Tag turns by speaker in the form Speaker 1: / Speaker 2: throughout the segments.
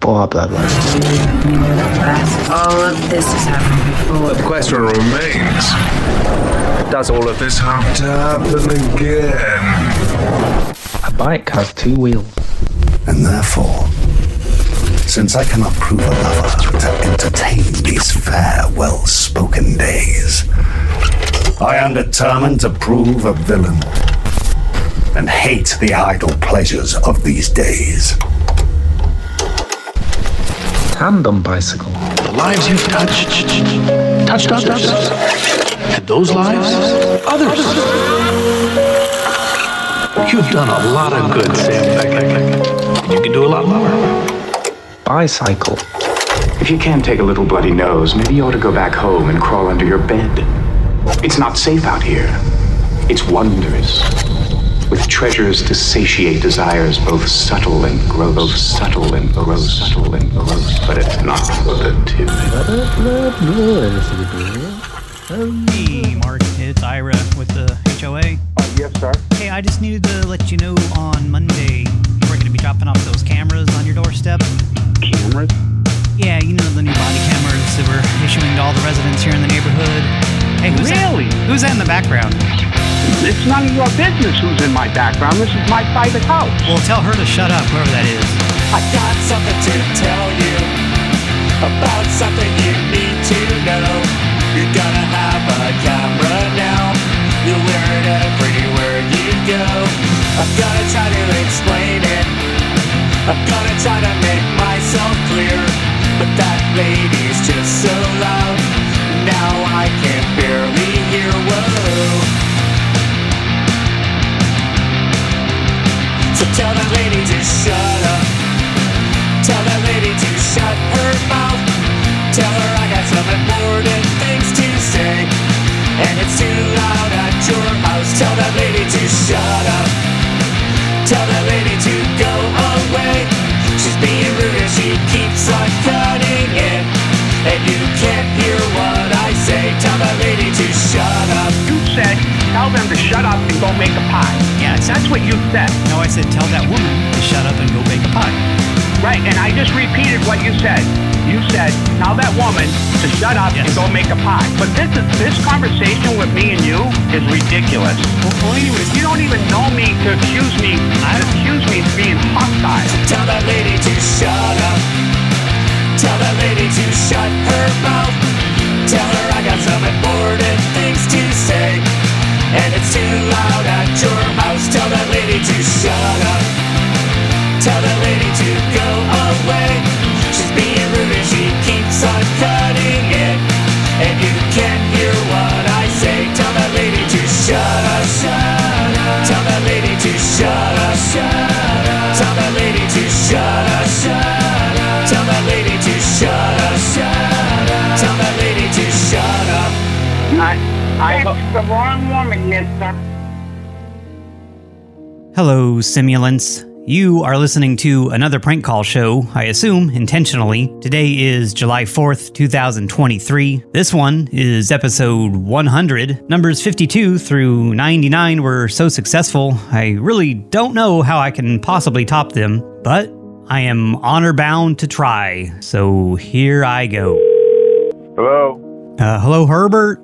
Speaker 1: pull up that list.
Speaker 2: All of this has happened
Speaker 3: The
Speaker 2: before.
Speaker 3: question remains Does all of this have to happen again?
Speaker 4: A bike has two wheels.
Speaker 5: And therefore, since I cannot prove a lover to entertain these fair, well spoken days, I am determined to prove a villain and hate the idle pleasures of these days.
Speaker 4: Tandem bicycle.
Speaker 6: The lives you've touched, touched others, and those lives, others. You've done a lot of good, Sam Beckett. and You can do a lot more.
Speaker 4: Bicycle.
Speaker 7: If you can't take a little bloody nose, maybe you ought to go back home and crawl under your bed. It's not safe out here. It's wondrous. With treasures to satiate desires both subtle and gross, both subtle and gross, subtle and gross, but it's not for the timid.
Speaker 8: Hey, Mark, it's Ira with the HOA.
Speaker 9: Uh, yes, sir.
Speaker 8: Hey, I just needed to let you know on Monday we're going to be dropping off those cameras on your doorstep.
Speaker 9: Cameras.
Speaker 8: Yeah, you know the new body cameras that we're issuing to all the residents here in the neighborhood. Hey, who's
Speaker 9: Really?
Speaker 8: That, who's that in the background?
Speaker 9: It's none of your business who's in my background. This is my private house.
Speaker 8: Well, tell her to shut up, whoever that is.
Speaker 10: I got something to tell you about something you need to know. You're gonna have a camera now. You wear it everywhere you go. I'm gonna try to explain it. I'm gonna try to make myself clear. But that lady's just so loud. Now I can barely hear. Whoa. So tell that lady to shut up. Tell that lady to shut her mouth. Tell her I got some important things to say. And it's too loud at your house. Tell that lady to shut up. Tell that lady to go away. She's being rude and she keeps on cutting in. And you can't hear what I say. Tell that lady to shut up.
Speaker 9: You said tell them to shut up and go make a pie.
Speaker 8: Yeah, it's
Speaker 9: That's what you said,
Speaker 8: No, I said tell that woman to shut up and go bake a pie.
Speaker 9: right? And I just repeated what you said. You said tell that woman to shut up and
Speaker 8: Yes.
Speaker 9: go make a pie. But this is, this conversation with me and you is ridiculous.
Speaker 8: anyways,
Speaker 9: You don't even know me to accuse me. I accuse me of being hostile.
Speaker 10: Tell that lady to shut up. Tell that lady to shut her mouth. Tell her I got some important things to say. And it's too loud at your house. Tell that lady to shut up. Tell that lady to go away. She's being rude and she keeps on cutting it. And you can't hear what I say. Tell that lady to shut up. Shut up. Tell that lady to shut up. Shut up. Tell that lady to shut up. Shut up. Tell that lady to shut up. Shut up. Tell that lady to shut up.
Speaker 9: I, I, the wrong woman, yes, sir.
Speaker 8: Hello, simulants. You are listening to another prank call show, I assume intentionally. Today is July 4th, 2023. This one is episode 100. Numbers 52 through 99 were so successful, I really don't know how I can possibly top them, but I am honor bound to try, so here I go.
Speaker 3: Hello?
Speaker 8: Uh, hello, Herbert.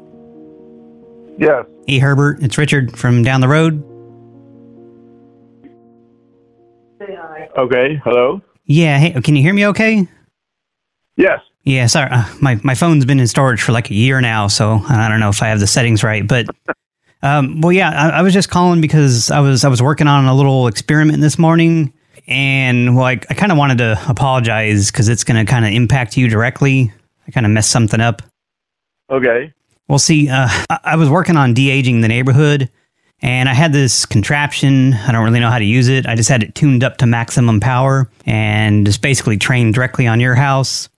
Speaker 3: Yes.
Speaker 8: Hey, Herbert, it's Richard from down the road.
Speaker 3: Okay. Hello?
Speaker 8: Yeah, hey, can you hear me okay?
Speaker 3: Yes.
Speaker 8: Yeah, sorry. Uh, my my phone's been in storage for like a year now, so I don't know if I have the settings right. But um, well, yeah, I, I was just calling because I was I was working on a little experiment this morning, and well, I, I kind of wanted to apologize because it's going to kind of impact you directly. I kind of messed something up.
Speaker 3: Okay.
Speaker 8: Well, see, uh, I, I was working on de aging the neighborhood, and I had this contraption. I don't really know how to use it. I just had it tuned up to maximum power and just basically trained directly on your house.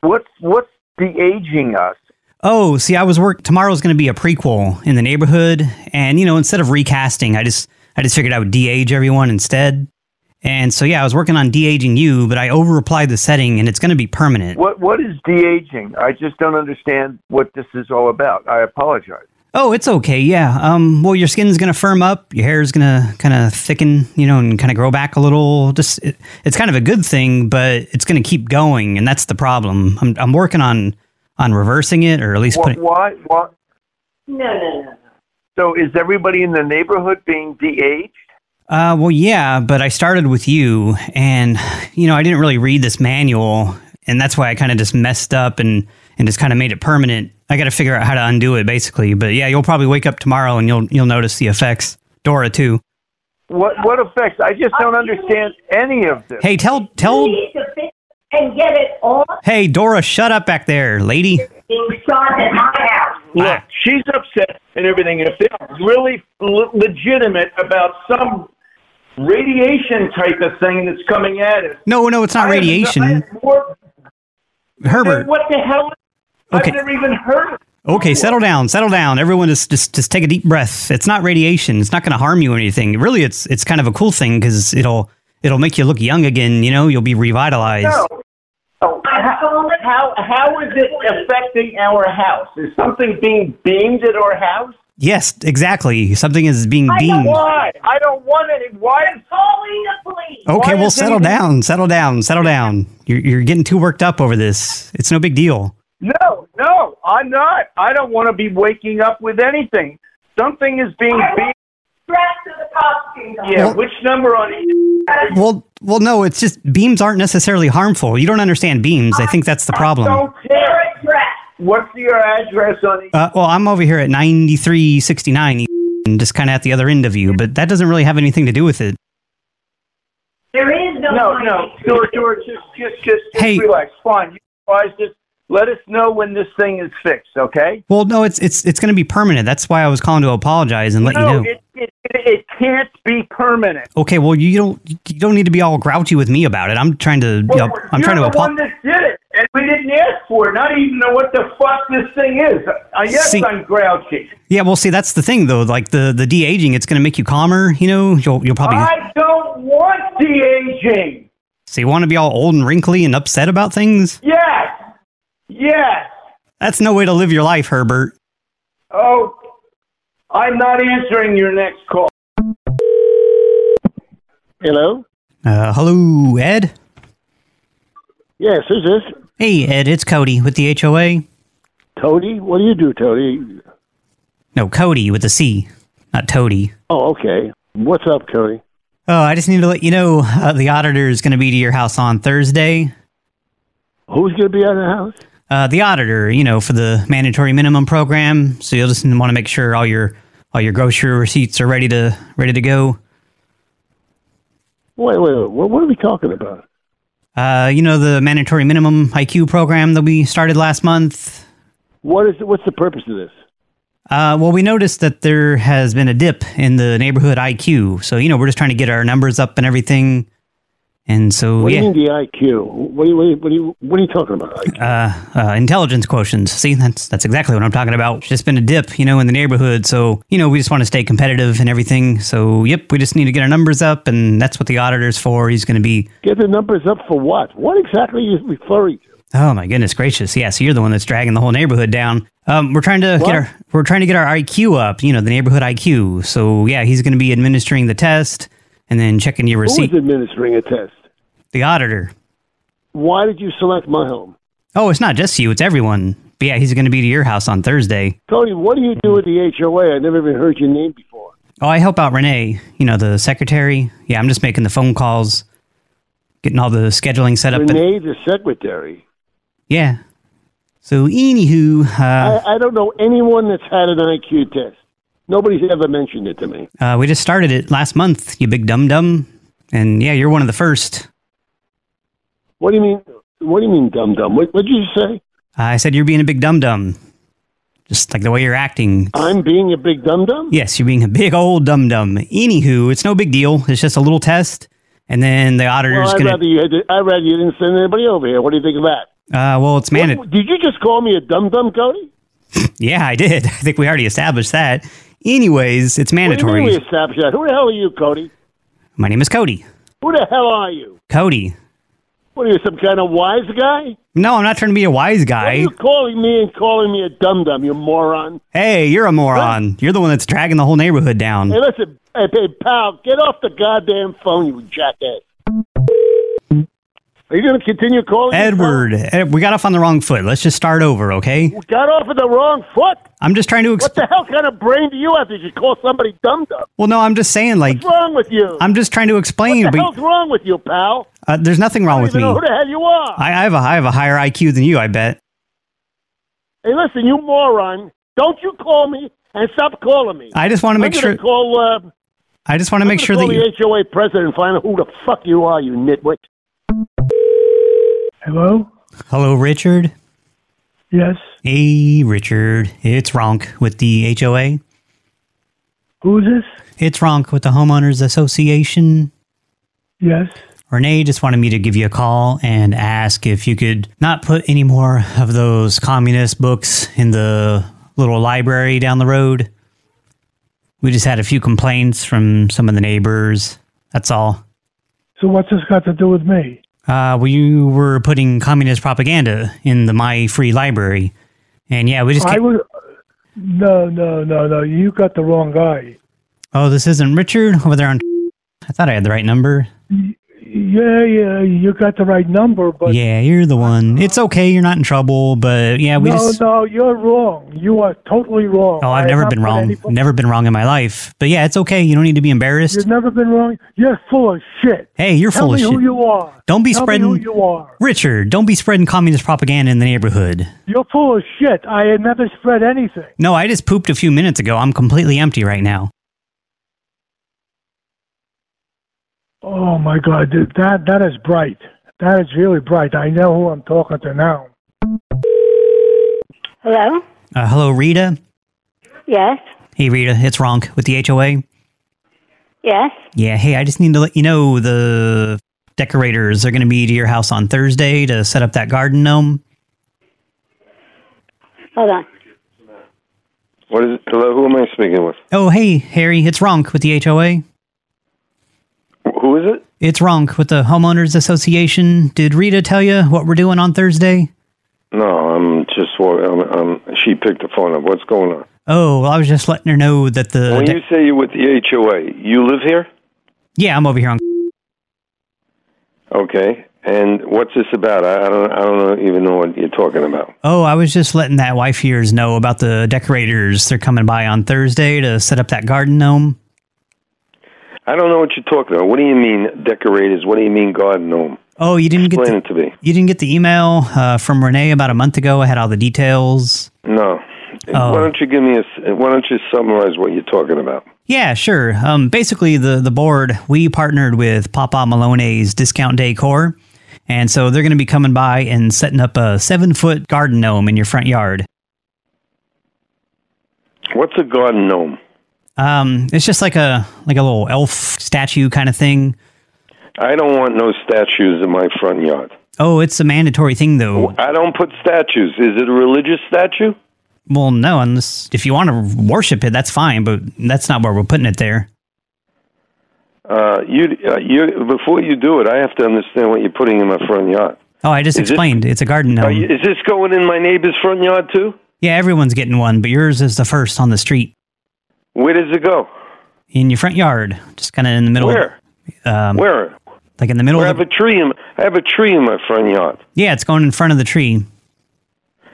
Speaker 3: What's what's de aging us?
Speaker 8: Oh, see, I was work. Tomorrow's going to be a prequel in the neighborhood, and you know, instead of recasting, I just I just figured I would de-age everyone instead. And so, yeah, I was working on de-aging you, but I over-applied the setting, and it's going to be permanent.
Speaker 3: What what is de aging? I just don't understand what this is all about. I apologize.
Speaker 8: Oh, it's okay. Yeah. Um, well, your skin's going to firm up. Your hair's going to kind of thicken, you know, and kind of grow back a little. Just it, it's kind of a good thing, but it's going to keep going. And that's the problem. I'm, I'm working on on reversing it or at least
Speaker 1: What?
Speaker 8: putting.
Speaker 1: What? what?
Speaker 11: No, no, no.
Speaker 1: So is everybody in the neighborhood being de-aged?
Speaker 8: Uh, well, yeah, but I started with you, and you know, I didn't really read this manual, and that's why I kind of just messed up and and just kind of made it permanent. I got to figure out how to undo it, basically. But yeah, you'll probably wake up tomorrow and you'll you'll notice the effects. Dora too.
Speaker 1: What? What effects? I just don't understand any of this.
Speaker 8: Hey, tell
Speaker 11: You
Speaker 8: tell.
Speaker 11: need to fix and get it all
Speaker 8: Hey, Dora, shut up back there, lady.
Speaker 11: being shot at my house.
Speaker 1: Look, she's upset and everything. If they're really le- legitimate about some radiation type of thing that's coming at us,
Speaker 8: No, no, it's not radiation,
Speaker 1: what,
Speaker 8: Herbert.
Speaker 1: what the hell?
Speaker 8: Okay.
Speaker 1: I've never even heard of
Speaker 8: Okay, settle down, settle down. Everyone just just just take a deep breath. It's not radiation. It's not going to harm you or anything. Really, it's it's kind of a cool thing because it'll it'll make you look young again. You know, you'll be revitalized.
Speaker 1: Oh, how, how, how is it affecting our house? Is something being beamed at our house?
Speaker 8: Yes, exactly. Something is being beamed.
Speaker 1: Why? I don't want it. Why is calling the police?
Speaker 8: Okay, well, settle down, settle down, settle down. You're you're getting too worked up over this. It's no big deal.
Speaker 1: No, no, I'm not. I don't want to be waking up with anything. Something is being beamed.
Speaker 11: Strapped to the costume.
Speaker 1: Yeah, which number on it?
Speaker 8: Well, well, no, it's just beams aren't necessarily harmful. You don't understand beams. I think that's the problem.
Speaker 1: Don't care. What's your address on it?
Speaker 8: Uh, well, I'm over here at 9369 and just kind of at the other end of you, but that doesn't really have anything to do with it.
Speaker 11: There is no.
Speaker 1: No, no, George, George, just, just, just, just
Speaker 8: Hey.
Speaker 1: relax. Fine, you guys just let us know when this thing is fixed, okay?
Speaker 8: Well, no, it's it's it's going to be permanent. That's why I was calling to apologize and let
Speaker 1: no,
Speaker 8: you know.
Speaker 1: it, it, it can't be permanent.
Speaker 8: okay, well, you don't you don't need to be all grouchy with me about it. I'm trying to you know, I'm
Speaker 1: You're
Speaker 8: trying to
Speaker 1: the one
Speaker 8: apologize.
Speaker 1: that did it, and we didn't ask for it. Not even know what the fuck this thing is. Uh, yes,
Speaker 8: See-
Speaker 1: I'm grouchy.
Speaker 8: Yeah, well, see, that's the thing though. Like the the de aging, it's going to make you calmer. You know, you'll you'll probably
Speaker 1: I don't want the aging.
Speaker 8: so you want to be all old and wrinkly and upset about things.
Speaker 1: Yes, yes.
Speaker 8: That's no way to live your life, Herbert.
Speaker 1: Oh, I'm not answering your next call. Hello?
Speaker 8: Uh, hello, Ed.
Speaker 12: Yes, who's this?
Speaker 8: Hey, Ed, it's Cody with the HOA.
Speaker 12: Toady? What do you do, Toady?
Speaker 8: No, Cody with a C, not Toady.
Speaker 12: Oh, okay. What's up, Cody?
Speaker 8: Oh, I just need to let you know uh, the auditor is going to be to your house on Thursday.
Speaker 12: Who's going to be at the house?
Speaker 8: Uh, the auditor, you know, for the mandatory minimum program. So you'll just want to make sure all your all your grocery receipts are ready to ready to go.
Speaker 12: Wait, wait, wait. What, what are we talking about?
Speaker 8: Uh, you know, the mandatory minimum IQ program that we started last month.
Speaker 12: What is what's the purpose of this?
Speaker 8: Uh, well, we noticed that there has been a dip in the neighborhood IQ. So you know, we're just trying to get our numbers up and everything. And so
Speaker 12: What
Speaker 8: yeah.
Speaker 12: do you mean the IQ? What do you, what do you, what do you, what are you talking about?
Speaker 8: uh, uh, intelligence quotients. See, that's that's exactly what I'm talking about. It's just been a dip, you know, in the neighborhood. So you know, we just want to stay competitive and everything. So yep, we just need to get our numbers up, and that's what the auditor's for. He's going to be.
Speaker 12: Get the numbers up for what? What exactly are you referring to?
Speaker 8: Oh my goodness gracious! Yeah, so you're the one that's dragging the whole neighborhood down. Um, we're trying to
Speaker 12: What?
Speaker 8: get our we're trying to get our IQ up. You know, the neighborhood IQ. So yeah, he's going to be administering the test and then checking your
Speaker 12: Who
Speaker 8: receipt.
Speaker 12: is administering a test?
Speaker 8: The auditor.
Speaker 12: Why did you select my home?
Speaker 8: Oh, it's not just you; it's everyone. But yeah, he's going to be to your house on Thursday.
Speaker 12: Cody, what do you do with the HOA? I never even heard your name before.
Speaker 8: Oh, I help out Renee, you know, the secretary. Yeah, I'm just making the phone calls, getting all the scheduling set up. and-
Speaker 12: Renee, the secretary.
Speaker 8: yeah. So, anywho, uh,
Speaker 12: I, I don't know anyone that's had an IQ test. Nobody's ever mentioned it to me.
Speaker 8: uh, we just started it last month, you big dum dum. And yeah, you're one of the first.
Speaker 12: What do you mean? What do you mean, dum dum? What did you say?
Speaker 8: Uh, I said you're being a big dum dum. Just like the way you're acting.
Speaker 12: I'm being a big dum dum.
Speaker 8: Yes, you're being a big old dum dum. Anywho, it's no big deal. It's just a little test. And then the auditor's
Speaker 12: Well, I'd
Speaker 8: going
Speaker 12: rather you had. To, I'd rather you didn't send anybody over here. What do you think of that?
Speaker 8: Uh, well, it's mandatory.
Speaker 12: What- did you just call me a dum dum, Cody?
Speaker 8: Yeah, I did. I think we already established that. Anyways, it's
Speaker 12: What do you
Speaker 8: mandatory.
Speaker 12: mean we established that? Who the hell are you, Cody?
Speaker 8: My name is Cody.
Speaker 12: Who the hell are you?
Speaker 8: Cody.
Speaker 12: What are you, some kind of wise guy?
Speaker 8: No, I'm not trying to be a wise guy.
Speaker 12: You're calling me and calling me a dum dum, you moron.
Speaker 8: Hey, you're a moron. You're the one that's dragging the whole neighborhood down.
Speaker 12: Hey, listen, hey, hey, pal, get off the goddamn phone, you jackass. Are you going to continue calling? me,
Speaker 8: Edward, Ed, we got off on the wrong foot. Let's just start over, okay?
Speaker 12: pal? Got off at the wrong foot.
Speaker 8: I'm just trying to. Exp-
Speaker 12: What the hell kind of brain do you have? Did you call somebody dum dum?
Speaker 8: well, no, I'm just saying, like,
Speaker 12: What's wrong with you?
Speaker 8: I'm just trying to explain.
Speaker 12: what the
Speaker 8: but
Speaker 12: hell's wrong with you, pal?
Speaker 8: uh, there's nothing wrong with
Speaker 12: I
Speaker 8: me.
Speaker 12: don't even know who the
Speaker 8: I,
Speaker 12: hell you are.
Speaker 8: I have a I have a higher IQ than you, I bet.
Speaker 12: Hey, listen, you moron! Don't you call me and stop calling me.
Speaker 8: I just wanna
Speaker 12: I'm
Speaker 8: make
Speaker 12: gonna
Speaker 8: sure-
Speaker 12: Call. Uh,
Speaker 8: I just want to
Speaker 12: I'm
Speaker 8: make
Speaker 12: gonna
Speaker 8: sure that
Speaker 12: call E
Speaker 8: you.
Speaker 12: the HOA president and find out who the fuck you are, you nitwit.
Speaker 13: Hello?
Speaker 8: Hello, Richard.
Speaker 13: Yes.
Speaker 8: Hey, Richard. It's Ronk with the HOA.
Speaker 13: Who is this?
Speaker 8: It's Ronk with the Homeowners Association.
Speaker 13: Yes.
Speaker 8: Renee just wanted me to give you a call and ask if you could not put any more of those communist books in the little library down the road. We just had a few complaints from some of the neighbors. That's all.
Speaker 13: So what's this got to do with me?
Speaker 8: Uh, well, you were putting communist propaganda in the My Free Library. And yeah, we just.
Speaker 13: I
Speaker 8: ca-
Speaker 13: was. No, no, no, no. You got the wrong guy.
Speaker 8: oh, this isn't Richard over there on. I thought I had the right number.
Speaker 13: Yeah, yeah. You got the right number, but
Speaker 8: yeah, you're the one. It's okay. You're not in trouble, but yeah, we
Speaker 13: no,
Speaker 8: just.
Speaker 13: no. You're wrong. You are totally wrong.
Speaker 8: Oh, I've
Speaker 13: I
Speaker 8: never
Speaker 13: have
Speaker 8: been
Speaker 13: not
Speaker 8: wrong.
Speaker 13: any-
Speaker 8: Never been wrong in my life. But yeah, it's okay. You don't need to be embarrassed.
Speaker 13: You've never been wrong. You're full of shit.
Speaker 8: Hey, you're
Speaker 13: Tell
Speaker 8: full
Speaker 13: me
Speaker 8: of
Speaker 13: who
Speaker 8: shit.
Speaker 13: you are.
Speaker 8: Don't be
Speaker 13: Tell
Speaker 8: spreading.
Speaker 13: Me who you are.
Speaker 8: Richard, don't be spreading communist propaganda in the neighborhood.
Speaker 13: You're full of shit. I had never spread anything.
Speaker 8: No, I just pooped a few minutes ago. I'm completely empty right now.
Speaker 13: Oh my God, dude, that that is bright. That is really bright. I know who I'm talking to now.
Speaker 14: Hello?
Speaker 8: Uh, hello, Rita.
Speaker 14: Yes?
Speaker 8: Hey, Rita, it's Ronk with the HOA.
Speaker 14: Yes?
Speaker 8: Yeah, hey, I just need to let you know the decorators are going to be to your house on Thursday to set up that garden gnome.
Speaker 14: Hold on.
Speaker 15: What is it? Hello, who am I speaking with?
Speaker 8: Oh, hey, Harry, it's Ronk with the HOA.
Speaker 15: Who is it?
Speaker 8: It's Ronk with the Homeowners Association. Did Rita tell you what we're doing on Thursday?
Speaker 15: No, I'm just. wa- I'm, I'm, she picked the phone up. What's going on?
Speaker 8: Oh, well, I was just letting her know that the.
Speaker 15: when
Speaker 8: de-
Speaker 15: you say you're with the HOA, you live here,
Speaker 8: yeah, I'm over here on.
Speaker 15: okay? And what's this about? I, I don't. I don't even know what you're talking about.
Speaker 8: Oh, I was just letting that wife yours know about the decorators. They're coming by on Thursday to set up that garden gnome.
Speaker 15: I don't know what you're talking about. What do you mean decorators? What do you mean garden gnome?
Speaker 8: Oh, you didn't get
Speaker 15: Explain
Speaker 8: the,
Speaker 15: it to me.
Speaker 8: you didn't get the email uh, from Renee about a month ago. I had all the details.
Speaker 15: No.
Speaker 8: Oh.
Speaker 15: Why don't you give me a? s- Why don't you summarize what you're talking about?
Speaker 8: Yeah, sure. Um, basically, the the board we partnered with Papa Malone's Discount Decor, and so they're going to be coming by and setting up a seven foot garden gnome in your front yard.
Speaker 15: What's a garden gnome?
Speaker 8: Um, it's just like a like a little elf statue kind of thing.
Speaker 15: I don't want no statues in my front yard.
Speaker 8: Oh, it's a mandatory thing though.
Speaker 15: I don't put statues. Is it a religious statue?
Speaker 8: Well, no, unless if you want to worship it, that's fine, but that's not where we're putting it there.
Speaker 15: Uh, you, uh, you, before you do it, I have to understand what you're putting in my front yard.
Speaker 8: Oh, I just
Speaker 15: Is it-
Speaker 8: explained. it's a garden
Speaker 15: Are
Speaker 8: gnome.
Speaker 15: you, is this going in my neighbor's front yard too?
Speaker 8: yeah, everyone's getting one, but yours is the first on the street
Speaker 15: Where does it go?
Speaker 8: in your front yard, just kind of in the middle.
Speaker 15: Where?
Speaker 8: Um,
Speaker 15: Where?
Speaker 8: Like in the middle
Speaker 15: I
Speaker 8: of
Speaker 15: have
Speaker 8: the,
Speaker 15: a tree. In, I have a tree in my front yard.
Speaker 8: Yeah, it's going in front of the tree.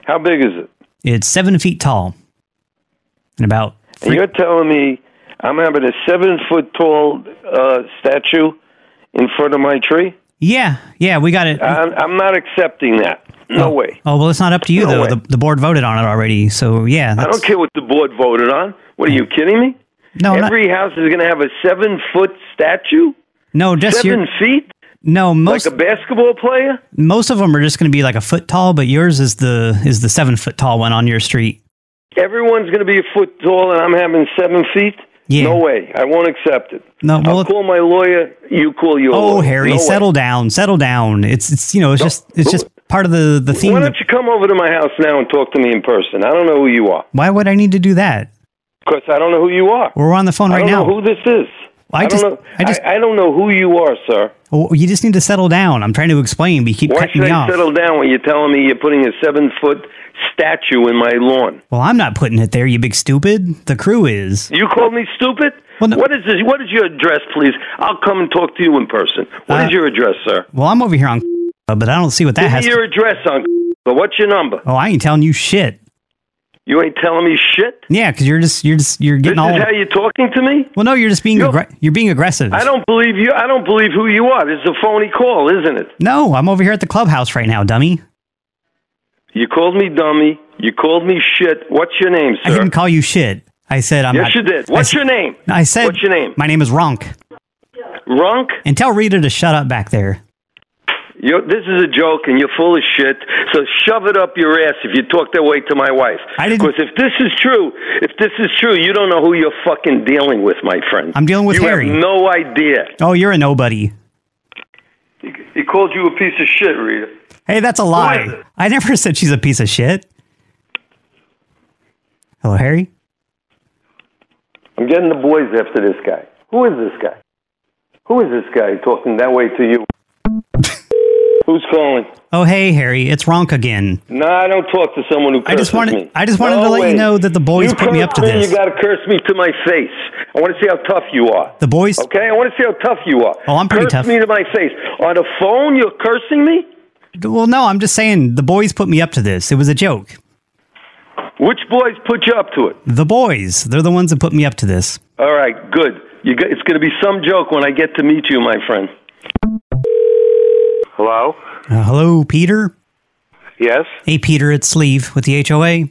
Speaker 15: How big is it?
Speaker 8: It's seven feet tall. And about
Speaker 15: And you're telling me I'm having a seven foot tall uh, statue in front of my tree?
Speaker 8: yeah, yeah, we got it.
Speaker 15: I'm, I'm not accepting that. Uh, No way.
Speaker 8: Oh well, it's not up to you
Speaker 15: No way.
Speaker 8: though. The, the board voted on it already, so yeah.
Speaker 15: I
Speaker 8: That's,
Speaker 15: don't care what the board voted on. What are you kidding me?
Speaker 8: No, I'm not-
Speaker 15: Every house is going to have a seven foot statue.
Speaker 8: no, just
Speaker 15: seven
Speaker 8: your
Speaker 15: feet,
Speaker 8: no most
Speaker 15: like a basketball player.
Speaker 8: most of them are just going to be like a foot tall, but yours is the is the seven foot tall one on your street.
Speaker 15: Everyone's going to be a foot tall, and I'm having seven feet.
Speaker 8: Yeah.
Speaker 15: No way. I won't accept it.
Speaker 8: No, well,
Speaker 15: I'll call my lawyer. You call your
Speaker 8: Oh,
Speaker 15: lawyer.
Speaker 8: Harry,
Speaker 15: No way.
Speaker 8: settle down, settle down. It's it's you know, it's just it's just part of the the theme.
Speaker 15: Why don't you come over to my house now and talk to me in person? I don't know who you are
Speaker 8: Why would I need to do that?
Speaker 15: because I don't know who you are.
Speaker 8: We're on the phone
Speaker 15: I
Speaker 8: right
Speaker 15: don't
Speaker 8: now.
Speaker 15: know who this is.
Speaker 8: I
Speaker 15: don't
Speaker 8: just-
Speaker 15: know.
Speaker 8: I just-
Speaker 15: I, don't know who you are, sir.
Speaker 8: Well, Oh, you just need to settle down. I'm trying to explain, but you keep
Speaker 15: Why
Speaker 8: cutting
Speaker 15: should
Speaker 8: me
Speaker 15: I
Speaker 8: off.
Speaker 15: settle down when you're telling me you're putting a seven foot statue in my lawn?
Speaker 8: Well, I'm not putting it there, you big stupid. The crew is.
Speaker 15: You called me stupid? What is this? What is your address, please? I'll come and talk to you in person. What
Speaker 8: Uh,
Speaker 15: is your address, sir?
Speaker 8: Well, I'm over here on, but I don't see what that
Speaker 15: Give
Speaker 8: has.
Speaker 15: me
Speaker 8: To...
Speaker 15: your address on. But what's your number?
Speaker 8: Oh, I ain't telling you shit.
Speaker 15: You ain't telling me shit.
Speaker 8: Yeah, because you're just you're just you're
Speaker 15: This is
Speaker 8: getting all.
Speaker 15: how you're talking to me.
Speaker 8: Well, no, you're just being aggr- you're being aggressive.
Speaker 15: I don't believe you. I don't believe who you are. This is a phony call, isn't it?
Speaker 8: No, I'm over here at the clubhouse right now, dummy.
Speaker 15: You called me dummy. You called me shit. What's your name,
Speaker 8: I
Speaker 15: sir?
Speaker 8: didn't call you shit. I said I'm
Speaker 15: yes,
Speaker 8: not.
Speaker 15: you did.
Speaker 8: I
Speaker 15: What's
Speaker 8: s-
Speaker 15: your name?
Speaker 8: I said.
Speaker 15: What's your name?
Speaker 8: My name is Ronk.
Speaker 15: Ronk.
Speaker 8: And tell Rita to shut up back there.
Speaker 15: You're, this is a joke, and you're full of shit. So shove it up your ass if you talk that way to my wife. I didn't. Because if this is true, if this is true, you don't know who you're fucking dealing with, my friend.
Speaker 8: I'm dealing with
Speaker 15: you
Speaker 8: Harry.
Speaker 15: have no idea.
Speaker 8: Oh, you're a nobody.
Speaker 15: He called you a piece of shit, Rita.
Speaker 8: Hey, that's a lie. I never said she's a piece of shit. Hello, Harry.
Speaker 15: I'm getting the boys after this guy. Who is this guy? Who is this guy talking that way to you? Who's calling?
Speaker 8: Oh, hey, Harry. It's Ronk again.
Speaker 15: No, I don't talk to someone who curses
Speaker 8: I just wanted-
Speaker 15: me.
Speaker 8: I just wanted to let you know that the boys
Speaker 15: You
Speaker 8: put me up
Speaker 15: curse
Speaker 8: to
Speaker 15: me,
Speaker 8: this.
Speaker 15: You got to curse me to my face. I want to see how tough you are.
Speaker 8: The boys.
Speaker 15: Okay, I want to see how tough you are.
Speaker 8: Oh, I'm pretty
Speaker 15: curse
Speaker 8: tough.
Speaker 15: me to my face on the phone. You're cursing me.
Speaker 8: Well, no, I'm just saying the boys put me up to this. It was a joke.
Speaker 15: Which boys put you up to it?
Speaker 8: The boys. They're the ones that put me up to this.
Speaker 15: All right, good. You got, it's going to be some joke when I get to meet you, my friend. Hello.
Speaker 8: Uh, hello, Peter.
Speaker 15: Yes.
Speaker 8: Hey, Peter. It's Sleeve with the HOA.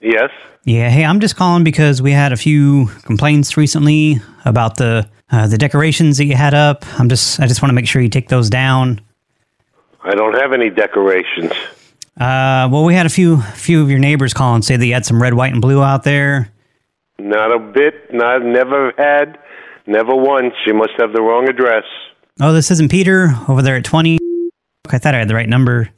Speaker 15: Yes.
Speaker 8: Yeah, hey, I'm just calling because we had a few complaints recently about the uh, the decorations that you had up. I'm just I just want to make sure you take those down.
Speaker 16: I don't have any decorations.
Speaker 8: Uh, well, we had a few few of your neighbors call and say that you had some red, white, and blue out there.
Speaker 16: Not a bit. Not never had. Never once. You must have the wrong address.
Speaker 8: Oh, this isn't Peter over there at 20. I thought I had the right number.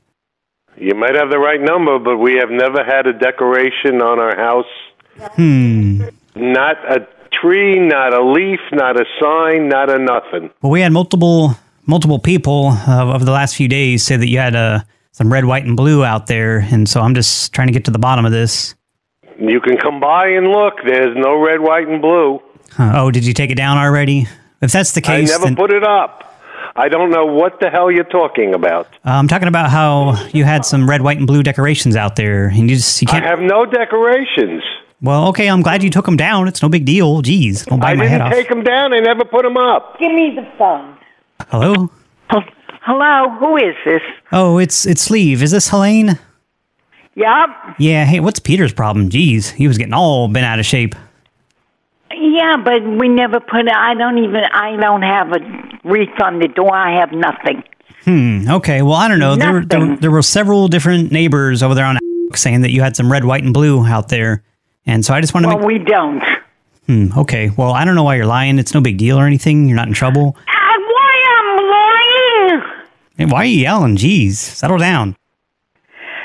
Speaker 16: You might have the right number, but we have never had a decoration on our house.
Speaker 8: Hmm.
Speaker 16: Not a tree, not a leaf, not a sign, not a nothing.
Speaker 8: Well, we had multiple multiple people uh, over the last few days say that you had uh, some red, white, and blue out there, and so I'm just trying to get to the bottom of this.
Speaker 16: You can come by and look. There's no red, white, and blue.
Speaker 8: Huh, oh, did you take it down already? If that's the
Speaker 16: I
Speaker 8: case,
Speaker 16: never
Speaker 8: then-
Speaker 16: put it up. I don't know what the hell you're talking about.
Speaker 8: Uh, I'm talking about how you had some red, white, and blue decorations out there, and you just you
Speaker 16: I
Speaker 8: can't.
Speaker 16: have no decorations.
Speaker 8: Well, okay, I'm glad you took them down. It's no big deal. Jeez, don't bite
Speaker 16: I
Speaker 8: my head
Speaker 16: didn't
Speaker 8: off.
Speaker 16: take them down. I never put them up.
Speaker 11: Give me the phone.
Speaker 8: Hello.
Speaker 17: Hello, who is this?
Speaker 8: Oh, it's it's Sleeve. Is this Helene?
Speaker 17: Yep.
Speaker 8: Yeah. Hey, what's Peter's problem? Jeez, he was getting all bent out of shape.
Speaker 17: Yeah, but we never put. I don't even. I don't have a wreath on the door. I have nothing.
Speaker 8: Hmm. Okay. Well, I don't know. There, were- there, there were several different neighbors over there on saying that you had some red, white, and blue out there, and so I just want to
Speaker 17: Well, we don't.
Speaker 8: make. Hmm. Okay. Well, I don't know why you're lying. It's no big deal or anything. You're not in trouble.
Speaker 17: Ah, why I'm lying?
Speaker 8: Hey, why are you yelling? Jeez, settle down.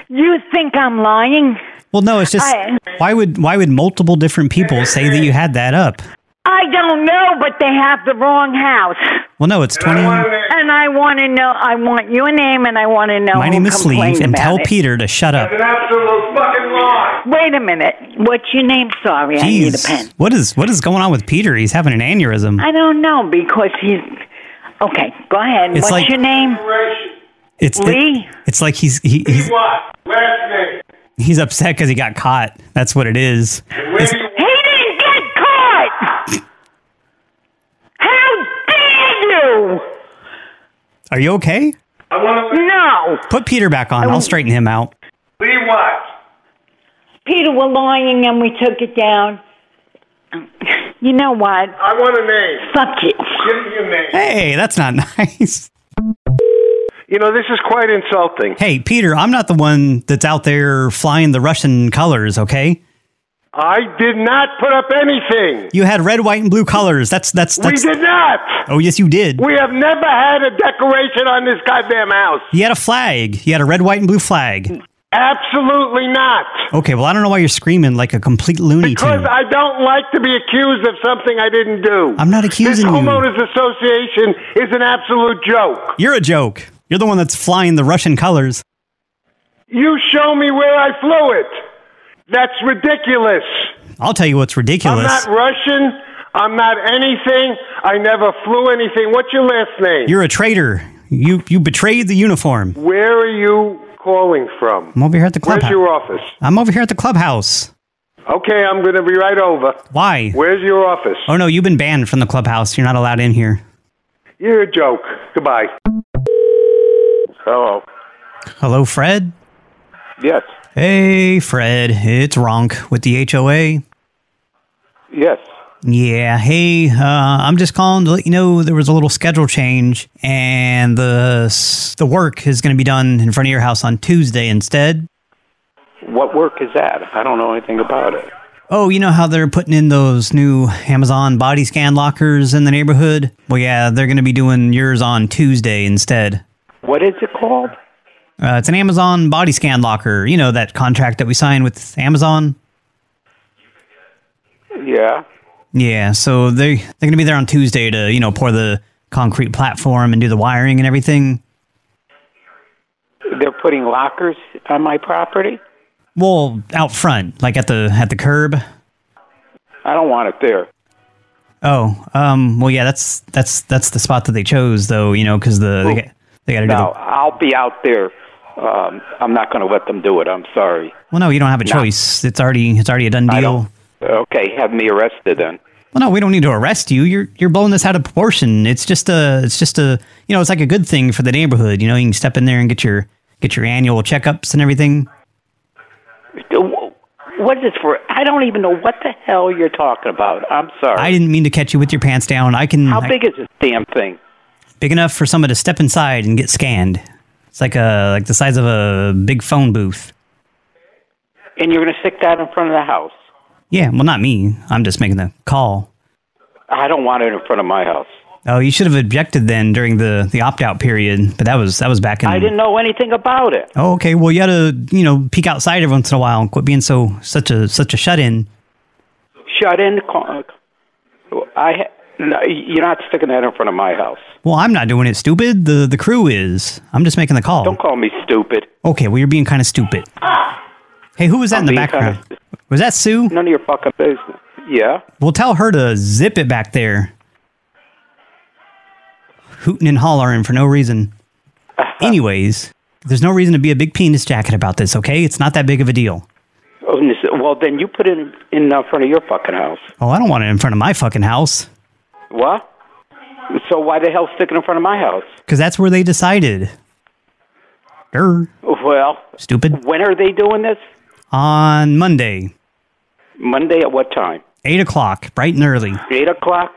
Speaker 17: You think I'm lying?
Speaker 8: Well, no, it's just
Speaker 17: I-
Speaker 8: why would why would multiple different people say that you had that up?
Speaker 17: I don't know, but they have the wrong house.
Speaker 8: Well, no, it's twenty.
Speaker 17: And I want to know. I want your name, and I want to know.
Speaker 8: My
Speaker 17: who
Speaker 8: name is Sleeve,
Speaker 17: complained
Speaker 8: and
Speaker 17: about
Speaker 8: tell
Speaker 17: it.
Speaker 8: Peter to shut up.
Speaker 17: absolute fucking lie. Wait a minute. What's your name? Sorry, I need a pen.
Speaker 8: Jeez, what is what is going on with Peter? He's having an aneurysm.
Speaker 17: I don't know because he's. Okay, go ahead.
Speaker 8: It's
Speaker 17: What's
Speaker 8: like-
Speaker 17: your name?
Speaker 8: It's it-
Speaker 17: Lee?
Speaker 8: it's like he's he, he's he's upset because he got caught. That's what it is.
Speaker 17: He didn't get caught! How dare you!
Speaker 8: Are you okay?
Speaker 17: No!
Speaker 8: Put Peter back on. I'll straighten him out.
Speaker 17: We what? Peter, we're lying and we took it down. You know what? I want a name. Fuck you. Give me your name.
Speaker 8: Hey, that's not nice.
Speaker 16: You know, this is quite insulting.
Speaker 8: Hey, Peter, I'm not the one that's out there flying the Russian colors. Okay,
Speaker 16: I did not put up anything.
Speaker 8: you had red, white, and blue colors. That's that's
Speaker 16: We
Speaker 8: that's.
Speaker 16: did not.
Speaker 8: Oh yes, you did.
Speaker 16: We have never had a decoration on this goddamn house.
Speaker 8: You had a flag. You had a red, white, and blue flag.
Speaker 18: Absolutely not.
Speaker 8: Okay, well, I don't know why you're screaming like a complete Looney
Speaker 18: Because
Speaker 8: Tune.
Speaker 18: I don't like to be accused of something I didn't do.
Speaker 8: I'm not accusing
Speaker 18: this
Speaker 8: you.
Speaker 18: homeowners association is an absolute joke.
Speaker 8: You're a joke. You're the one that's flying the Russian colors.
Speaker 18: You show me where I flew it. That's ridiculous.
Speaker 8: I'll tell you what's
Speaker 18: I'm
Speaker 8: ridiculous.
Speaker 18: not Russian. I'm not anything. I never flew anything. What's your last name?
Speaker 8: You're a traitor. You you betrayed the uniform.
Speaker 18: Where are you calling from?
Speaker 8: I'm over here at the
Speaker 18: Where's
Speaker 8: clubhouse.
Speaker 18: your office?
Speaker 8: I'm over here at the clubhouse.
Speaker 18: Okay, I'm going to be right over.
Speaker 8: Why?
Speaker 18: Where's your office?
Speaker 8: Oh no, you've been banned from the clubhouse. You're not allowed in here.
Speaker 18: You're a joke. Goodbye. Hello.
Speaker 8: Hello, Fred.
Speaker 18: Yes.
Speaker 8: Hey, Fred. It's Ronk with the HOA.
Speaker 18: Yes.
Speaker 8: Yeah. Hey, uh, I'm just calling to let you know there was a little schedule change, and the s- the work is going to be done in front of your house on Tuesday instead.
Speaker 19: What work is that? I don't know anything about it.
Speaker 8: Oh, you know how they're putting in those new Amazon body scan lockers in the neighborhood? Well, yeah, they're going to be doing yours on Tuesday instead.
Speaker 19: What is it called?
Speaker 8: Uh, it's an Amazon body scan locker. You know that contract that we signed with Amazon.
Speaker 19: Yeah.
Speaker 8: Yeah, so they they're going to be there on Tuesday to you know pour the concrete platform and do the wiring and everything.
Speaker 19: They're putting lockers on my property?
Speaker 8: Well, out front, like at the at the curb.
Speaker 19: I don't want it there.
Speaker 8: Oh, um, well, yeah, that's that's that's the spot that they chose though. You know, because the they, got- they got to do.
Speaker 19: No,
Speaker 8: The,
Speaker 19: I'll be out there. Um, I'm not going to let them do it. I'm sorry.
Speaker 8: well, no, you don't have a
Speaker 19: No.
Speaker 8: choice. It's already it's already a done
Speaker 19: I
Speaker 8: deal.
Speaker 19: Okay, have me arrested then.
Speaker 8: Well, no, we don't need to arrest you. You're you're blowing this out of proportion. It's just a it's just a you know it's like a good thing for the neighborhood. You know, you can step in there and get your get your annual checkups and everything.
Speaker 19: What is it for? I don't even know what the hell you're talking about. I'm sorry.
Speaker 8: I didn't mean to catch you with your pants down. I can
Speaker 19: How
Speaker 8: I-
Speaker 19: big is this damn thing?
Speaker 8: big enough for someone to step inside and get scanned. It's like a like the size of a big phone booth.
Speaker 19: And you're going to stick that in front of the house?
Speaker 8: Yeah, well, not me. I'm just making the call.
Speaker 19: I don't want it in front of my house.
Speaker 8: Oh, you should have objected then during the the opt out period. But that was that was back in.
Speaker 19: I didn't know anything about it.
Speaker 8: Oh, okay. Well, you gotta you know peek outside every once in a while and quit being so such a such a shut in.
Speaker 19: Shut in. Call, I. ha- No, you're not sticking that in front of my house.
Speaker 8: Well, I'm not doing it, stupid. The the crew is. I'm just making the call.
Speaker 19: Don't call me stupid.
Speaker 8: Okay, well, you're being kind of stupid. Hey, who was that in the background? Was that Sue?
Speaker 19: None of your fucking business. Yeah.
Speaker 8: Well, tell her to zip it back there. Hooting and hollering for no reason. Anyways, there's no reason to be a big penis jacket about this, okay? It's not that big of a deal.
Speaker 19: Oh, and this- Well, then you put it in, in uh, front of your fucking house.
Speaker 8: Oh, I don't want it in front of my fucking house
Speaker 19: What? So why the hell stick it in front of my house?
Speaker 8: because that's where they decided. Err.
Speaker 19: Well,
Speaker 8: Stupid.
Speaker 19: When are they doing this?
Speaker 8: On Monday,
Speaker 19: Monday at what time?
Speaker 8: 8 o'clock, bright and early.
Speaker 19: Eight o'clock.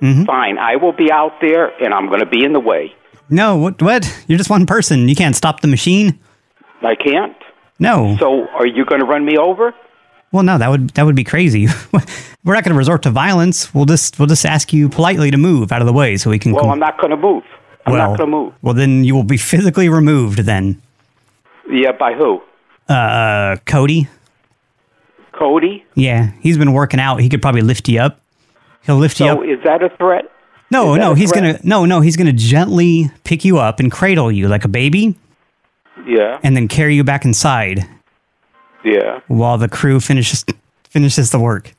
Speaker 8: Mm-hmm.
Speaker 19: Fine. I will be out there, and I'm going to be in the way.
Speaker 8: No, what? What? You're just one person. You can't stop the machine.
Speaker 19: I can't.
Speaker 8: No.
Speaker 19: So are you going to run me over?
Speaker 8: Well, no, that would that would be crazy. We're not going to resort to violence. We'll just we'll just ask you politely to move out of the way so we can.
Speaker 19: Well,
Speaker 8: com-
Speaker 19: I'm not going to move. I'm
Speaker 8: well,
Speaker 19: not going to move.
Speaker 8: Well, then you will be physically removed. Then,
Speaker 19: Yeah, by who?
Speaker 8: uh, Cody.
Speaker 19: Cody.
Speaker 8: Yeah, he's been working out. He could probably lift you up. He'll lift you up.
Speaker 19: So is that a threat?
Speaker 8: No,
Speaker 19: Is that
Speaker 8: no,
Speaker 19: a
Speaker 8: he's
Speaker 19: threat?
Speaker 8: gonna no, no, he's gonna gently pick you up and cradle you like a baby,
Speaker 19: Yeah.
Speaker 8: and then carry you back inside
Speaker 19: Yeah.
Speaker 8: while the crew finishes finishes the work.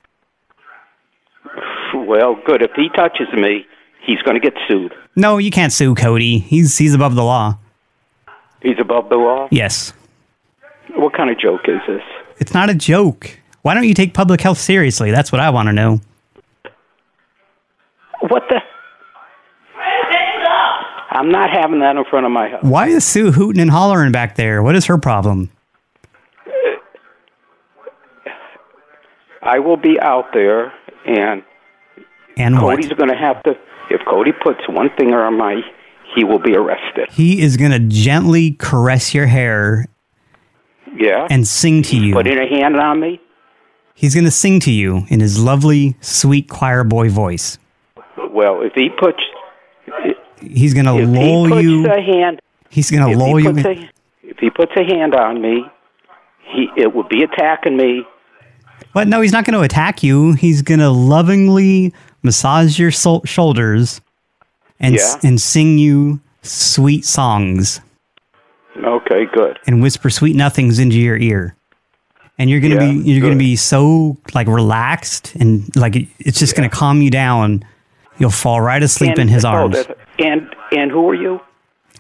Speaker 19: Well, good. If he touches me, he's going to get sued.
Speaker 8: No, you can't sue Cody. He's he's above the law.
Speaker 19: He's above the law.
Speaker 8: Yes.
Speaker 19: What kind of joke is this?
Speaker 8: It's not a joke. Why don't you take public health seriously? That's what I want to know.
Speaker 19: What the? I'm not having that in front of my house.
Speaker 8: Why is Sue hooting and hollering back there? What is her problem?
Speaker 19: I will be out there, and
Speaker 8: And what?
Speaker 19: Cody's going to have to. If Cody puts one finger on my, he will be arrested.
Speaker 8: He is going to gently caress your hair
Speaker 19: Yeah.
Speaker 8: and sing to you.
Speaker 19: putting a hand on me.
Speaker 8: He's going to sing to you in his lovely, sweet choir boy voice.
Speaker 19: Well, if he puts,
Speaker 8: He's going to
Speaker 19: he
Speaker 8: lull
Speaker 19: puts
Speaker 8: you.
Speaker 19: a hand.
Speaker 8: He's going to
Speaker 19: if
Speaker 8: lull
Speaker 19: he
Speaker 8: you.
Speaker 19: puts
Speaker 8: in-
Speaker 19: a- If he puts a hand on me, he it would be attacking me.
Speaker 8: But no, he's not going to attack you. He's going to lovingly massage your sol- shoulders and s-
Speaker 19: Yeah.
Speaker 8: and sing you sweet songs
Speaker 19: Okay, good.
Speaker 8: and whisper sweet nothings into your ear. And you're going to
Speaker 19: Yeah,
Speaker 8: be you're going
Speaker 19: good.
Speaker 8: to be so like relaxed and like it, it's just going to calm you down. You'll fall right asleep
Speaker 19: And-
Speaker 8: in his
Speaker 19: oh,
Speaker 8: arms.
Speaker 19: that's- And and who are you?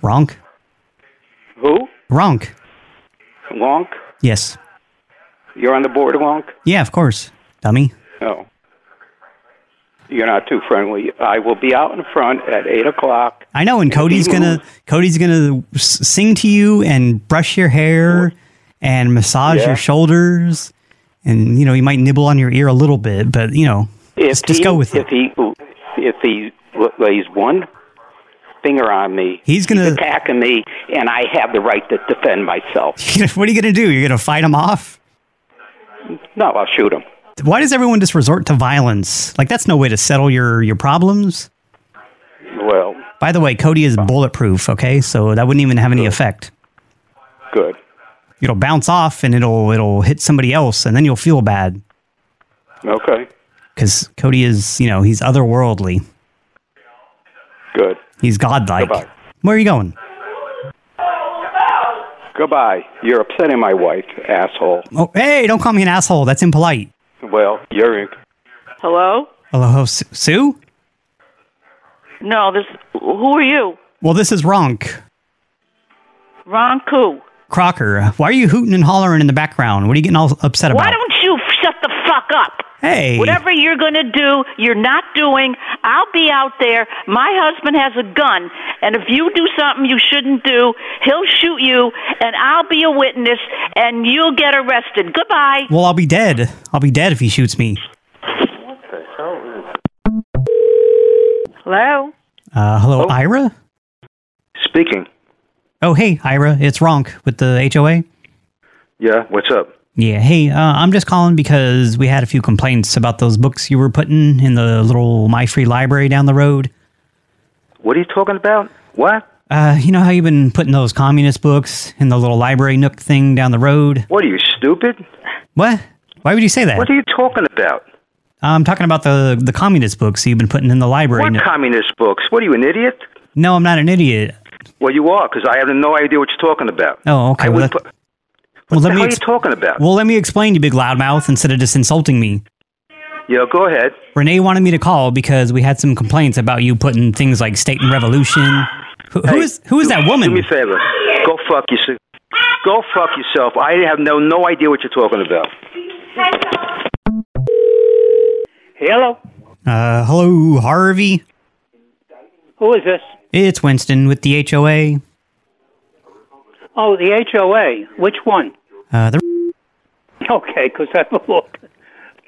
Speaker 8: Ronk.
Speaker 19: Who?
Speaker 8: Ronk.
Speaker 19: Wonk?
Speaker 8: Yes.
Speaker 19: You're on the board, Wonk?
Speaker 8: Yeah, of course. Dummy.
Speaker 19: No. You're not too friendly. I will be out in front at eight o'clock.
Speaker 8: I know, and Cody's gonna Cody's gonna s- sing to you and brush your hair and massage
Speaker 19: Yeah.
Speaker 8: your shoulders, and you know he might nibble on your ear a little bit, but you know
Speaker 19: If
Speaker 8: just, just
Speaker 19: he,
Speaker 8: go with it.
Speaker 19: if he if he lays one finger on me,
Speaker 8: He's gonna-
Speaker 19: attacking me, and I have the right to defend myself.
Speaker 8: what are you gonna do? You're gonna fight him off?
Speaker 19: No, I'll shoot him.
Speaker 8: Why does everyone just resort to violence? Like that's no way to settle your your problems.
Speaker 19: Well,
Speaker 8: By the way, Cody is bulletproof. Okay, so that wouldn't even have any effect.
Speaker 19: good.
Speaker 8: It'll bounce off and it'll it'll hit somebody else, and then you'll feel bad
Speaker 19: Okay,
Speaker 8: because Cody is you know he's otherworldly.
Speaker 19: good.
Speaker 8: He's godlike.
Speaker 19: Goodbye.
Speaker 8: Where are you going?
Speaker 19: Goodbye. You're upsetting my wife, asshole.
Speaker 8: Oh, hey, don't call me an asshole. That's impolite.
Speaker 19: Well, you're in.
Speaker 20: Hello?
Speaker 8: Hello, Su- Sue?
Speaker 20: No, this. Who are you?
Speaker 8: Well, this is Ronk.
Speaker 20: Ron Koo.
Speaker 8: Crocker, why are you hooting and hollering in the background? What are you getting all upset
Speaker 20: Why
Speaker 8: about?
Speaker 20: don't you shut the fuck up?
Speaker 8: Hey.
Speaker 20: Whatever you're going to do, you're not doing. I'll be out there. My husband has a gun, and if you do something you shouldn't do, he'll shoot you, and I'll be a witness, and you'll get arrested. Goodbye.
Speaker 8: Well, I'll be dead. I'll be dead if he shoots me.
Speaker 20: Hello?
Speaker 8: Uh,
Speaker 20: Oh.
Speaker 8: hello, Ira?
Speaker 21: Speaking.
Speaker 8: Oh, hey, Ira. It's Ronk with the HOA.
Speaker 21: Yeah, what's up?
Speaker 8: Yeah, hey, uh, I'm just calling because we had a few complaints about those books you were putting in the little My Free Library down the road.
Speaker 21: What are you talking about? What?
Speaker 8: Uh, you know how you've been putting those communist books in the little library nook thing down the road?
Speaker 21: What are you stupid?
Speaker 8: What? Why would you say that?
Speaker 21: What are you talking about?
Speaker 8: I'm talking about the the communist books you've been putting in the library.
Speaker 21: What
Speaker 8: No-
Speaker 21: communist books? What are you an idiot?
Speaker 8: no, I'm not an idiot.
Speaker 21: Well, you are because I have no idea what you're talking about.
Speaker 8: Oh, okay.
Speaker 21: I
Speaker 8: Well,
Speaker 21: would
Speaker 8: that-
Speaker 21: put-
Speaker 8: well,
Speaker 21: what
Speaker 8: let
Speaker 21: the
Speaker 8: me
Speaker 21: hell are you
Speaker 8: ex-
Speaker 21: talking about?
Speaker 8: Well, let me explain, you big loudmouth, instead of just insulting me.
Speaker 21: yeah, go ahead.
Speaker 8: Renee wanted me to call because we had some complaints about you putting things like state and revolution. Who, who is who is that
Speaker 21: Do me
Speaker 8: woman?
Speaker 21: a favor. Go fuck yourself. Go fuck yourself. I have no no idea what you're talking about.
Speaker 19: Hello.
Speaker 8: Uh, hello, Harvey.
Speaker 19: Who is this?
Speaker 8: It's Winston with the HOA.
Speaker 19: Oh, the HOA. Which one?
Speaker 8: Uh, the,
Speaker 19: Okay, because I've looked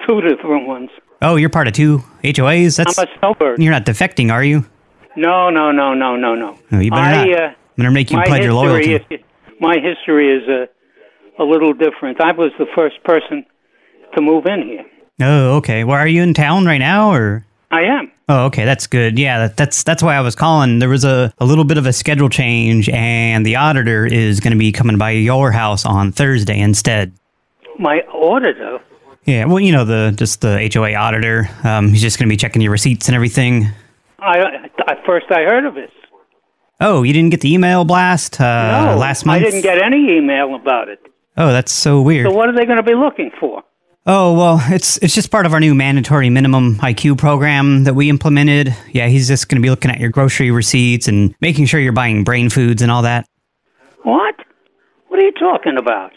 Speaker 19: two different ones.
Speaker 8: oh, you're part of two HOAs. That's
Speaker 19: I'm a snowbird.
Speaker 8: You're not defecting, are you?
Speaker 19: No, no, no, no, no, no.
Speaker 8: No, Oh, you better
Speaker 19: I,
Speaker 8: not.
Speaker 19: Uh,
Speaker 8: I'm gonna make you
Speaker 19: my
Speaker 8: pledge your
Speaker 19: history
Speaker 8: loyalty.
Speaker 19: is- my history is uh, a little different. I was the first person to move in here.
Speaker 8: Oh, okay. Well, are you in town right now, or?
Speaker 19: I am.
Speaker 8: Oh, okay, that's good. Yeah, that, that's that's why I was calling. There was a, a little bit of a schedule change, and the auditor is going to be coming by your house on Thursday instead.
Speaker 19: My auditor.
Speaker 8: Yeah, well, you know the just the HOA auditor. Um, he's just going to be checking your receipts and everything.
Speaker 19: I, I first I heard of this.
Speaker 8: Oh, you didn't get the email blast uh,
Speaker 19: no,
Speaker 8: last month.
Speaker 19: I didn't get any email about it.
Speaker 8: Oh, that's so weird.
Speaker 19: So what are they going to be looking for?
Speaker 8: Oh well, it's it's just part of our new mandatory minimum IQ program that we implemented. Yeah, he's just going to be looking at your grocery receipts and making sure you're buying brain foods and all that.
Speaker 19: What? What are you talking about?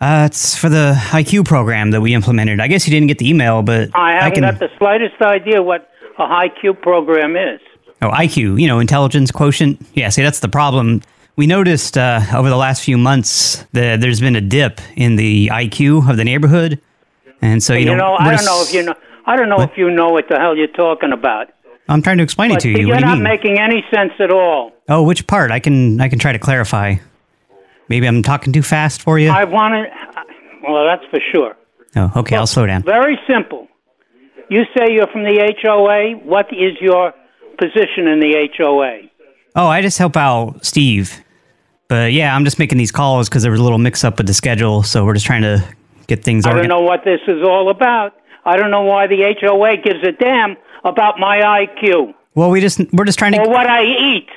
Speaker 8: Uh, it's for the IQ program that we implemented. I guess you didn't get the email, but
Speaker 19: Oh, I haven't
Speaker 8: can.
Speaker 19: got the slightest idea what a high Q program is.
Speaker 8: Oh, IQ, you know, intelligence quotient. Yeah, see, that's the problem. We noticed uh, over the last few months that there's been a dip in the IQ of the neighborhood, and so you,
Speaker 19: you know, I
Speaker 8: we're
Speaker 19: don't know
Speaker 8: s-
Speaker 19: if you know. I don't know if you know what the hell you're talking about.
Speaker 8: I'm trying to explain it
Speaker 19: But
Speaker 8: to you.
Speaker 19: You're
Speaker 8: What do you
Speaker 19: not
Speaker 8: mean?
Speaker 19: making any sense at all.
Speaker 8: oh, which part? I can I can try to clarify. Maybe I'm talking too fast for you.
Speaker 19: I want to. Well, that's for sure.
Speaker 8: oh, okay, I'll slow down.
Speaker 19: Very simple. You say you're from the HOA. What is your position in the HOA?
Speaker 8: Oh, I just help out Steve. But yeah, I'm just making these calls because there was a little mix up with the schedule, so we're just trying to get things
Speaker 19: I don't
Speaker 8: organized.
Speaker 19: know what this is all about. I don't know why the HOA gives a damn about my IQ
Speaker 8: Well, we just we're just trying to
Speaker 19: or what I eat.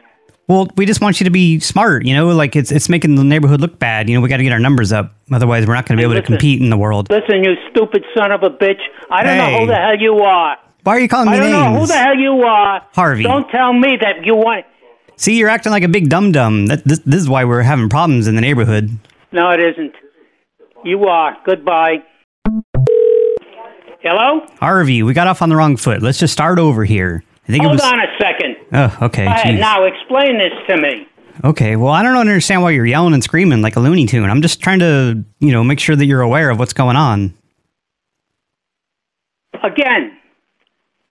Speaker 8: Well, we just want you to be smart, you know, like it's it's making the neighborhood look bad. You know, we got to get our numbers up. Otherwise, we're not going to be able to compete in the world.
Speaker 19: Listen, you stupid son of a bitch. I don't know
Speaker 8: Hey.
Speaker 19: who the hell you are.
Speaker 8: Why are you calling
Speaker 19: I
Speaker 8: me
Speaker 19: don't know who
Speaker 8: names?
Speaker 19: the hell you are.
Speaker 8: Harvey.
Speaker 19: Don't tell me that you want.
Speaker 8: See, you're acting like a big dum dum. That this, this is why we're having problems in the neighborhood.
Speaker 19: No, it isn't. You are. Goodbye. Hello?
Speaker 8: Harvey, we got off on the wrong foot. Let's just start over here. I think
Speaker 19: Hold
Speaker 8: it was.
Speaker 19: on a second.
Speaker 8: Oh, okay.
Speaker 19: Go ahead,
Speaker 8: jeez.
Speaker 19: now explain this to me.
Speaker 8: Okay. Well, I don't understand why you're yelling and screaming like a looney tune. I'm just trying to, you know, make sure that you're aware of what's going on.
Speaker 19: Again,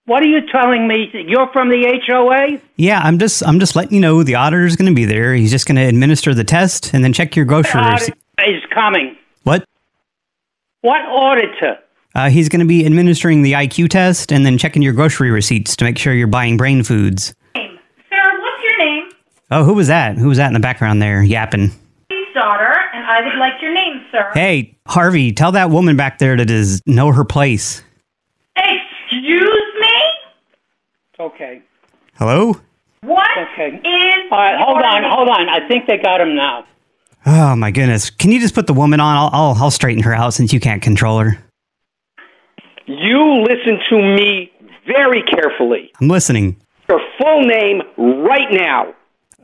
Speaker 19: what are you telling me? You're from the HOA?
Speaker 8: Yeah, I'm just, I'm just letting you know the auditor's going to be there. He's just going to administer the test and then check your groceries.
Speaker 19: Auditor is coming.
Speaker 8: What?
Speaker 19: What auditor?
Speaker 8: Uh, he's going to be administering the IQ test and then checking your grocery receipts to make sure you're buying brain foods.
Speaker 11: Sarah, what's your name?
Speaker 8: Oh, who was that? Who was that in the background there yapping?
Speaker 11: Please, daughter, and I would like your name, sir.
Speaker 8: Hey, Harvey, tell that woman back there to just know her place.
Speaker 11: Excuse me?
Speaker 19: Okay.
Speaker 8: Hello?
Speaker 11: What
Speaker 19: Okay.
Speaker 11: is
Speaker 19: All right, hold
Speaker 11: your
Speaker 19: on,
Speaker 11: name?
Speaker 19: hold on. I think they got him now.
Speaker 8: Oh my goodness! Can you just put the woman on? I'll, I'll I'll straighten her out since you can't control her.
Speaker 2: You listen to me very carefully.
Speaker 8: I'm listening.
Speaker 2: Your full name right now.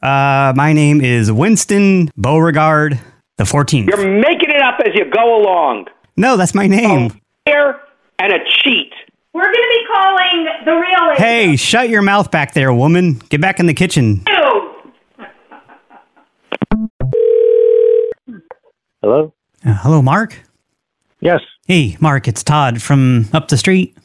Speaker 8: Uh, my name is Winston Beauregard the 14th.
Speaker 2: You're making it up as you go along.
Speaker 8: No, that's my name.
Speaker 2: Liar and a cheat.
Speaker 11: We're going to be calling the real
Speaker 8: hey, shut your mouth back there, woman. Get back in the kitchen.
Speaker 11: you.
Speaker 22: Hello?
Speaker 8: Uh, hello, Mark.
Speaker 22: Yes.
Speaker 8: Hey, Mark. It's Todd from up the street.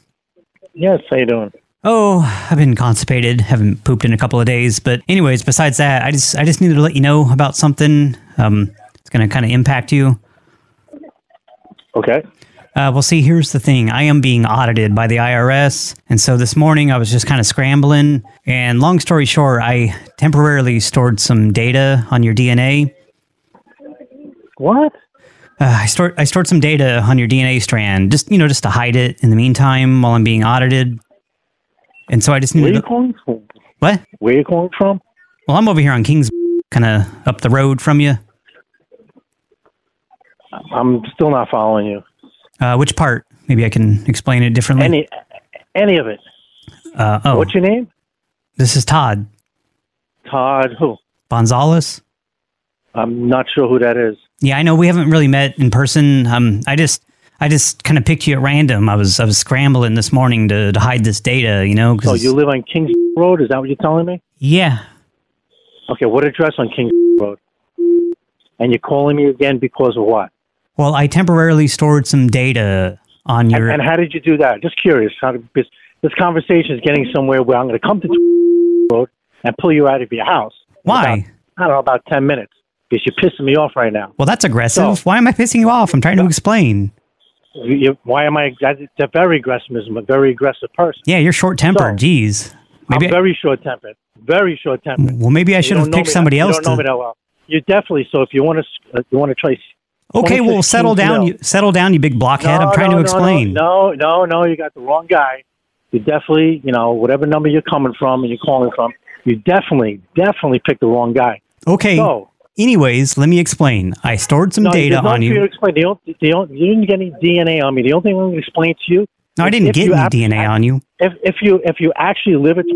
Speaker 22: Yes, how you doing?
Speaker 8: Oh, I've been constipated. Haven't pooped in a couple of days. But anyways, besides that, I just I just needed to let you know about something. Um, it's gonna kind of impact you.
Speaker 22: Okay.
Speaker 8: Uh, well, see, here's the thing. I am being audited by the IRS. And so this morning I was just kind of scrambling. And long story short, I temporarily stored some data on your DNA.
Speaker 22: What?
Speaker 8: Uh, I stored I stored some data on your DNA strand, just you know, just to hide it in the meantime while I'm being audited. And so I just
Speaker 22: Where are
Speaker 8: needed
Speaker 22: you
Speaker 8: to,
Speaker 22: calling from?
Speaker 8: what?
Speaker 22: Where are you calling from?
Speaker 8: Well, I'm over here on Kings, kind of up the road from you.
Speaker 22: I'm still not following you.
Speaker 8: Uh, which part? Maybe I can explain it differently.
Speaker 22: Any any of it.
Speaker 8: Uh, oh,
Speaker 22: What's your name?
Speaker 8: This is Todd
Speaker 22: Todd who?
Speaker 8: Bonzales.
Speaker 22: I'm not sure who that is.
Speaker 8: Yeah, I know we haven't really met in person. Um, I just, I just kind of picked you at random. I was, I was scrambling this morning to, to hide this data, you know. 'cause-
Speaker 22: Oh, you live on Kings Road, is that what you're telling me?
Speaker 8: yeah,
Speaker 22: Okay, what address on Kings Road? And you're calling me again because of what?
Speaker 8: well, I temporarily stored some data on your.
Speaker 22: And how did you do that? Just curious. How did, this, this conversation is getting somewhere where I'm going to come to Road and pull you out of your house.
Speaker 8: Why?
Speaker 22: About- I don't know, about 10 minutes because you're pissing me off right now.
Speaker 8: well, that's aggressive. Why am I pissing you off? I'm trying to explain.
Speaker 22: You- you- why am I? That's that's very aggressive. I'm a very aggressive person.
Speaker 8: Yeah, you're short tempered. Jeez. Maybe.
Speaker 22: I'm
Speaker 8: I-
Speaker 22: very short tempered. Very short tempered.
Speaker 8: well, maybe I should have picked somebody else.
Speaker 22: You don't know
Speaker 8: to-
Speaker 22: me that well. You definitely. So if you want to, uh, you want to try.
Speaker 8: okay, well, settle down. You, settle down, you big blockhead. I'm trying to explain.
Speaker 22: No, no, no. You got the wrong guy. You definitely, you know, whatever number you're coming from and you're calling from, you definitely, definitely picked the wrong guy.
Speaker 8: Okay.
Speaker 22: So-
Speaker 8: Anyways, let me explain. I stored some
Speaker 22: No,
Speaker 8: data
Speaker 22: there's no
Speaker 8: on
Speaker 22: need for
Speaker 8: you.
Speaker 22: To explain. The only, the only, you didn't get any DNA on me. The only thing I'm going to explain to you.
Speaker 8: No, I
Speaker 22: is
Speaker 8: didn't
Speaker 22: if
Speaker 8: get
Speaker 22: you
Speaker 8: any
Speaker 22: ab-
Speaker 8: DNA on you.
Speaker 22: if if you if you actually live it,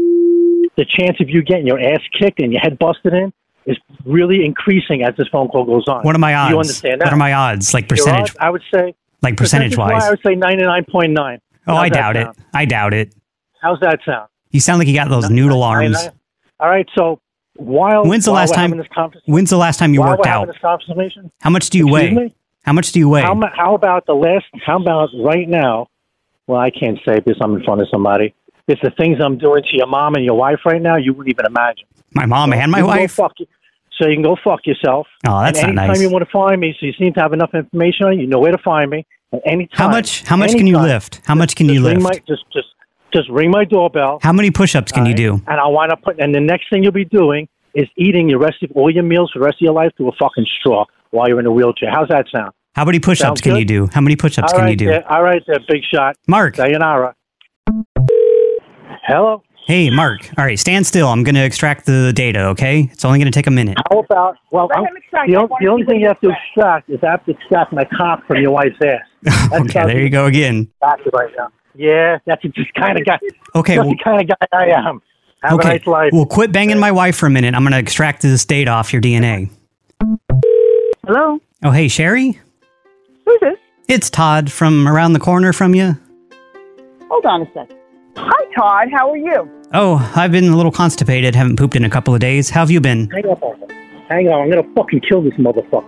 Speaker 22: the chance of you getting your ass kicked and your head busted in is really increasing as this phone call goes on.
Speaker 8: What are my odds?
Speaker 22: You understand that?
Speaker 8: What are my odds? Like
Speaker 22: Your
Speaker 8: percentage?
Speaker 22: odds, I would say.
Speaker 8: Like percentage
Speaker 22: percentage-wise, I
Speaker 8: wise?
Speaker 22: would say ninety nine point nine.
Speaker 8: Oh, I doubt it. I doubt it.
Speaker 22: How's that sound?
Speaker 8: You sound like you got those noodle arms.
Speaker 22: 99. All right. So while
Speaker 8: When's the
Speaker 22: while
Speaker 8: last
Speaker 22: we're
Speaker 8: time?
Speaker 22: having this conversation,
Speaker 8: When's the last time you
Speaker 22: while
Speaker 8: worked
Speaker 22: we're having
Speaker 8: out?
Speaker 22: this conversation,
Speaker 8: How much do you weigh?
Speaker 22: Excuse me?
Speaker 8: How much do you weigh?
Speaker 22: How, mu- how about the last? How about right now? Well, I can't say because I'm in front of somebody. It's the things I'm doing to your mom and your wife right now. You wouldn't even imagine.
Speaker 8: My mom and my
Speaker 22: you can go
Speaker 8: wife?
Speaker 22: Fuck you. So you can go fuck yourself.
Speaker 8: Oh, that's
Speaker 22: and
Speaker 8: not
Speaker 22: anytime
Speaker 8: nice.
Speaker 22: you want to find me, so you seem to have enough information on it. You know where to find me. At any time.
Speaker 8: How much? How much can you
Speaker 22: anytime,
Speaker 8: lift? How much can you
Speaker 22: Ring
Speaker 8: lift?
Speaker 22: my, just, just, just ring my doorbell.
Speaker 8: How many push-ups can you do?
Speaker 22: And I wind up putting. And the next thing you'll be doing is eating your rest of all your meals for the rest of your life through a fucking straw while you're in a wheelchair. How's that sound?
Speaker 8: How many push ups
Speaker 22: Sounds
Speaker 8: can
Speaker 22: good?
Speaker 8: you do? How many push ups
Speaker 22: All
Speaker 8: can you
Speaker 22: right
Speaker 8: do?
Speaker 22: there- all right, there, big shot.
Speaker 8: Mark.
Speaker 22: Sayonara. Hello.
Speaker 8: Hey, Mark. All right, stand still. I'm going to extract the data, okay? It's only going to take a minute.
Speaker 22: How about well?
Speaker 8: Let
Speaker 22: I'm-
Speaker 8: him extract.
Speaker 22: the,
Speaker 8: I
Speaker 22: on-
Speaker 8: wanna
Speaker 22: the only thing you have to extract is I have to extract my cock from your wife's ass. That's
Speaker 8: Okay, there you go again.
Speaker 22: right now. Yeah, that's the kind of guy.
Speaker 8: Okay,
Speaker 22: that's
Speaker 8: well-
Speaker 22: the kind of guy I am. Have
Speaker 8: okay.
Speaker 22: a nice life.
Speaker 8: Well, quit banging my wife for a minute. I'm going to extract this data off your DNA.
Speaker 5: Hello?
Speaker 8: Oh, hey, Sherry?
Speaker 5: Who's this?
Speaker 8: It's Todd from around the corner from you.
Speaker 5: Hold on a sec. Hi, Todd. How are you?
Speaker 8: Oh, I've been a little constipated. Haven't pooped in a couple of days. How have you been?
Speaker 22: Hang up on him. Hang on, I'm gonna fucking kill this motherfucker.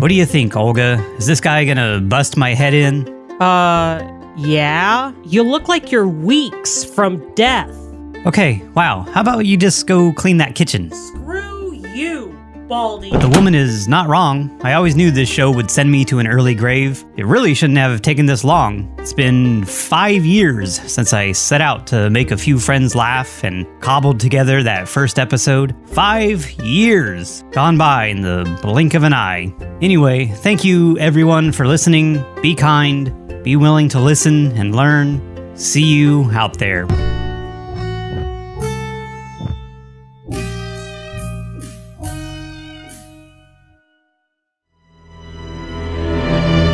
Speaker 8: What do you think, Olga? Is this guy going to bust my head in?
Speaker 6: Uh, yeah? You look like you're weeks from death.
Speaker 8: Okay, wow. How about you just go clean that kitchen?
Speaker 6: Screw you, Baldy.
Speaker 8: But the woman is not wrong. I always knew this show would send me to an early grave. It really shouldn't have taken this long. It's been five years since I set out to make a few friends laugh and cobbled together that first episode. Five years gone by in the blink of an eye. Anyway, thank you everyone for listening. Be kind, be willing to listen and learn. See you out there.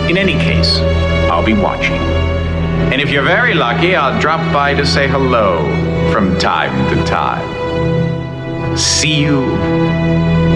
Speaker 23: In any case, I'll be watching. And if you're very lucky, I'll drop by to say hello from time to time. See you